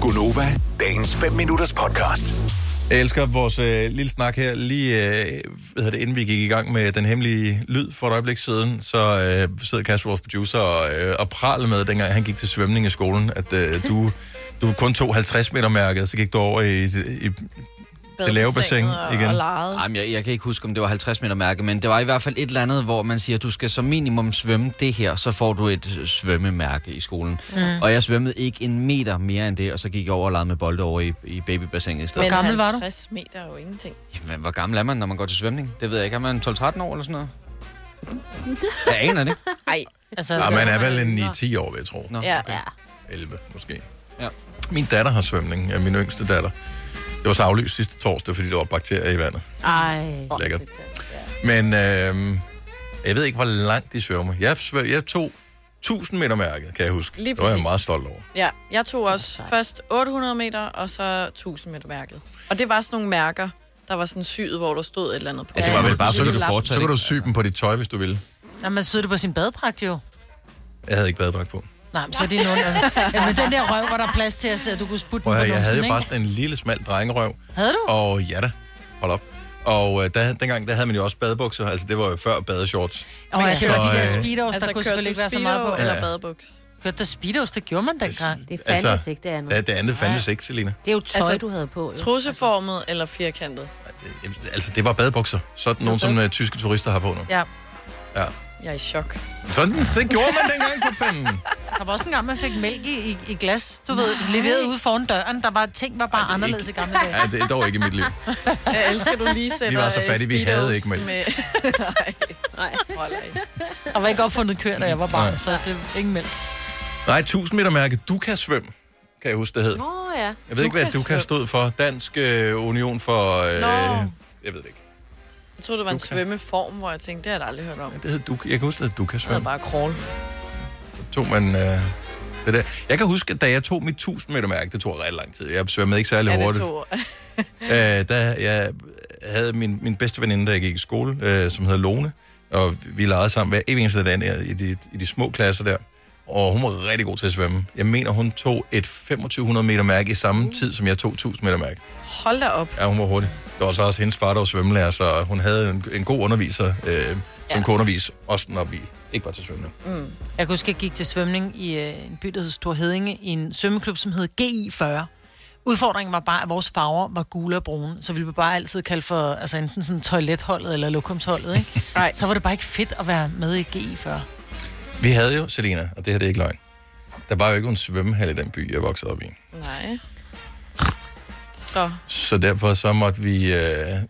Gunova, dagens 5 minutters podcast. Jeg elsker vores øh, lille snak her, lige øh, hvad hedder det, inden vi gik i gang med den hemmelige lyd for et øjeblik siden, så øh, sidder Kasper, vores producer, og, øh, og pralede med, dengang han gik til svømning i skolen, at øh, du, du kun tog 50 meter mærket, så gik du over i, ah, i, i det lave bassin og, igen. Og lejet. Ej, men jeg, jeg kan ikke huske, om det var 50 meter mærke, men det var i hvert fald et eller andet, hvor man siger, at du skal som minimum svømme det her, så får du et øh, svømmemærke i skolen. Mm. Og jeg svømmede ikke en meter mere end det, og så gik jeg over og legede med bolde over i, i babybassinet i stedet. Men Men... gammel var du? 50 meter er jo ingenting. Jamen, hvor gammel er man, når man går til svømning? Det ved jeg ikke. Er man 12-13 år eller sådan noget? Jeg aner det. ikke. Nej, Altså, Ja, man er vel en 9-10 år, vil jeg tro. Nå, Ja. okay. Ja. 11 måske. Ja. Min datter har svømning, ja, min yngste datter. Det var så aflyst sidste torsdag, fordi der var bakterier i vandet. Ej. Lækkert. Men øh, jeg ved ikke, hvor langt de svømmer. Jeg, svø- jeg tog 1000 meter mærket, kan jeg huske. Lige det var jeg præcis. meget stolt over. ja. Jeg tog også først 800 meter, og så 1000 meter mærket. Og det var sådan nogle mærker, der var sådan syet, hvor der stod et eller andet på. Ja, det var vel bare, så, fordi kan du du, fortsatte, så kan du ikke? sy dem på dit tøj, hvis du vil. Når man sidder det på sin badedragt jo. Jeg havde ikke badedragt på. Nej, men så er det nogen... øh, Jamen, den der røv, hvor der er plads til at se, at du kunne sputte Prøv den at, på høre, jeg havde jo numsen, bare sådan en lille, smal drengerøv. Havde du? Og ja da, hold op. Og øh, der, dengang, der havde man jo også badebukser. Altså, det var jo før badeshorts. Og jeg Så, kørte de der øh, speedos, Altså, der kørte kunne selvfølgelig du ikke være så speedo meget på. eller Ja. badebuks? Kørte der speedos, det gjorde man Altså, dengang. Det fandtes ikke, det andet. Ja, det andet fandtes ikke, Selina. Det er jo tøj, Altså, altså, du havde på. Jo. Trusseformet eller firkantet? Øh, Altså, det var badebukser. Sådan nogle, som øh, tyske turister har på nu. Ja. Ja. Jeg er i chok. Sådan, det gjorde man dengang, for fanden. Der var også en gang, man fik mælk i, i, i glas, du ved, leveret ude foran døren. Der var ting, var bare anderledes i gamle dage. Ja, det er dog ikke i mit liv. Jeg elsker, du lige sætter var så øh, fattige, vi speedos havde ikke mælk. Med... Nej, hold af. Der var ikke opfundet køer, da jeg var barn, så det var ingen mælk. Nej, 1000 meter mærke, du kan svømme, kan jeg huske, det hed. Åh, oh, ja. Jeg ved ikke, hvad du Dukas kan stod for. Dansk øh, Union for... Øh, Nå. Jeg ved det ikke. Jeg troede, det var en Du kan. svømmeform, hvor jeg tænkte, det har jeg da aldrig hørt om. Det hed du, jeg kan huske, at du kan Det var svømme. bare crawl. Tog man, øh, det der. Jeg kan huske, at da jeg tog mit 1000 meter mærke, det tog ret lang tid. Jeg svømmede ikke særlig Ja, det hurtigt. tog. Øh, da jeg havde min, min bedste veninde, der jeg gik i skole, øh, som hedder Lone, og vi legede sammen hver evig eneste dag ned i de, i de små klasser der. Og hun var rigtig god til at svømme. Jeg mener, hun tog et 2500 meter mærke i samme tid, som jeg tog 1000 meter mærke. Hold da op. Ja, hun var hurtig. Det var så også hendes far, der var svømmelærer, så hun havde en, en god underviser, øh, som Ja. kunne undervise os, når vi ikke var til svømning. Jeg kan huske, jeg gik til svømning i øh, en by, der hed Stor Hedinge, i en svømmeklub, som hed GI40. Udfordringen var bare, at vores farver var gule og brune, så vi blev bare altid kaldt for altså enten sådan toiletholdet eller lokumsholdet, ikke? Nej. Så var det bare ikke fedt at være med i GI40. Vi havde jo, Selina, og det her det er ikke løgn, der var jo ikke en svømmehal i den by, jeg voksede op i. Nej. Så. Så derfor så måtte vi øh,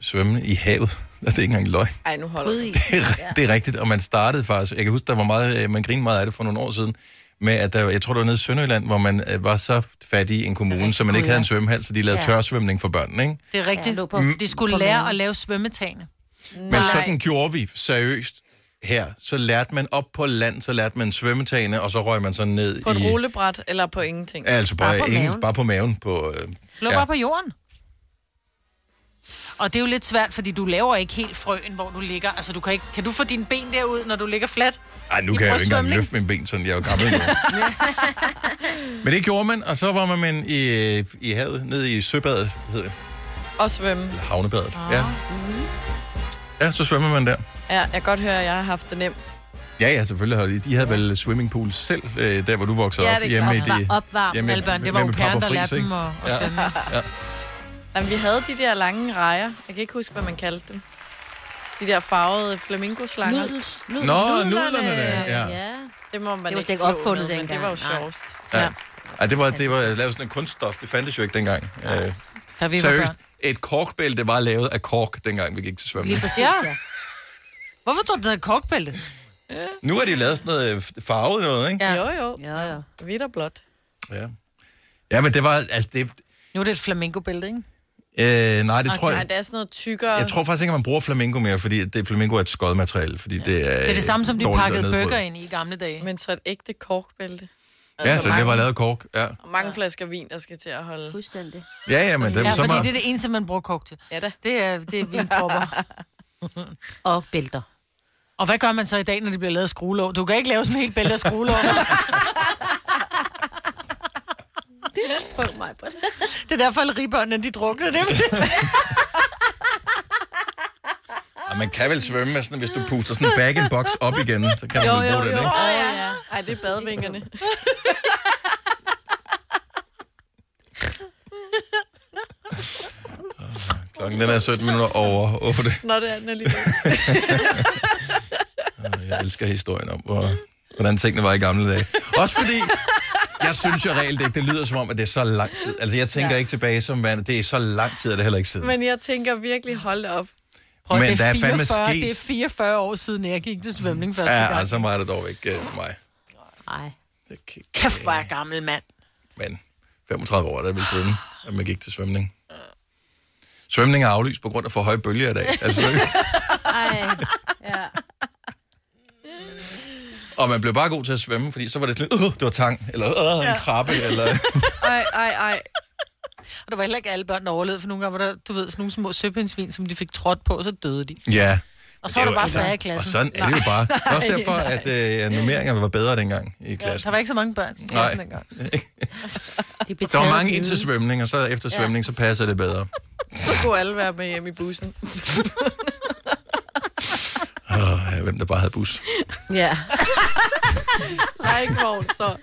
svømme i havet. Det er ikke engang løgn. Ej, nu holder Ude jeg. i. Det er, ja. det er rigtigt, og man startede faktisk, jeg kan huske, der var meget, øh, man grinede meget af det for nogle år siden, med at der, jeg tror, det var nede i Sønderjylland, hvor man øh, var så fattig i en kommune, så man ikke havde en svømmehal, så de lavede Ja. tørsvømning for børnene, ikke? Det er Ja, rigtigt. lå Ja, på- de skulle på lære maven. at lave svømmetagene. Men sådan gjorde vi seriøst her. Så lærte man op på land, så lærte man svømmetagene, og så røg man sådan ned På et i... rullebræt eller på ingenting. Ja, Altså bare, Bare bare, på på, ingen, maven. bare på maven. På, øh, Lå ja. bare på jorden. Og det er jo lidt svært, fordi du laver ikke helt frøen, hvor du ligger. Altså, du kan, ikke, kan du få dine ben derud, når du ligger fladt? Ej, nu I kan jeg jo ikke engang brystsvømning? løfte mine ben, sådan jeg er jo gammel nu. Men det gjorde man, og så var man men i, øh, i havet, ned i søbadet, hed det, Og svømme. eller havnebadet. Ah, Ja. mm-hmm. ja, så svømmer man der. Ja, jeg kan godt høre, at jeg har haft det nemt. Ja, ja, selvfølgelig. har de- De havde vel swimmingpool selv, øh, der hvor du voksede Ja, op. det er hjemme i Opvar- det, Opvarm. hjemme- Alle børn, det var hjemme jo i Papa pæren, der Friis, lærte dem ikke? at, at Ja. svømme. Jamen, vi havde de der lange rejer. Jeg kan ikke huske, hvad man kaldte dem. De der farvede flamingoslanger. Nudels, nudels. Nå, Nudlerne. nudlerne, der. ja. ja. Det må man Det var ikke ikke slå opfundet med, men dengang. Det var jo Nej. sjovest. Ja. ja. det var, det var lavet sådan en kunststof. Det fandtes jo ikke dengang. Øh, Da vi var seriøst, børn. et korkbælte var lavet af kork, dengang vi gik til svømning. Lige præcis, Ja. ja. Hvorfor tror du, det hedder korkbælte? Nu er de lavet sådan noget øh, farvet noget, ikke? Ja. Jo, jo. Jo, jo. Hvidt og blåt. Ja. Ja, men det var... Altså, det, Nu er det et flamingobælte, ikke? øh, nej, det tror Nej, jeg... det er sådan noget tykkere. Jeg tror faktisk ikke, at man bruger flamingo mere, fordi det, flamingo er et skodmateriale. Fordi det, er, øh, Det er det samme, som de pakkede burger i. ind i i gamle dage. Men så et ægte korkbælte. Ja, Altså, så det var mange, lavet af kork. Ja, mange flasker vin, der skal til at holde. Fuldstændig. ja, ja men det, Ja, så fordi meget, det er det eneste, man bruger kok til. Ja da. Det er, det er vildt propper. Og bælter. Og hvad gør man så i dag, når det bliver lavet af skruelov? Du kan ikke lave sådan en helt bælte af skruelov. Prøv mig på det. Det er derfor, alle ribbørnene, de drukner det. Og man kan vel svømme med sådan, hvis du puster sådan en bag in box op igen, så kan man vel bruge den, ikke? Åh ja. Ej, det er badevingerne. Klokken den er 17 minutter over 8. Nå, det er den alligevel. Jeg elsker historien om, hvor, hvordan tingene var i gamle dage. Også fordi, jeg synes jo reelt ikke, det lyder som om, at det er så lang tid. Altså, jeg tænker ja. ikke tilbage som vand. Det er så lang tid, at det heller ikke siden. Men jeg tænker virkelig, hold da op. Prøv, Men det der er fandme 44, sket- Det er 44 år siden, jeg gik til svømning første ja, Ja, gang. Altså. altså meget er det dog ikke øh, for mig. Nej. Det kan ikke- Kæft, hvor er jeg gammel mand. Men 35 år, der er vel siden, at man gik til svømning. Svømning er aflyst på grund af for høje bølger i dag. Altså, seriøst. Ej. Ja. og man blev bare god til at svømme, fordi så var det sådan, øh, det var tang, eller øh, en krabbe, eller... Ej, ej, ej. Og der var heller ikke alle børn, der overlevede, for nogle gange var der, du ved, sådan nogle små søpindsvin, som de fik trådt på, og så døde de. Ja. Og så var er der jo- bare sager i klassen. Og sådan er det jo bare. Det er også derfor, at øh, normeringerne var bedre dengang i Der klassen. var ikke så mange børn i Nej. klassen dengang. De Der var mange ind til svømning, og så efter svømning, så passer det bedre. Så kunne alle være med hjem i bussen. Åh, ja, hvem der bare havde bus. Ja. Trækvogn, så.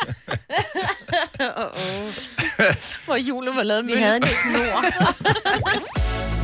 Hvor julen var lavet Vi med havde en helt nord.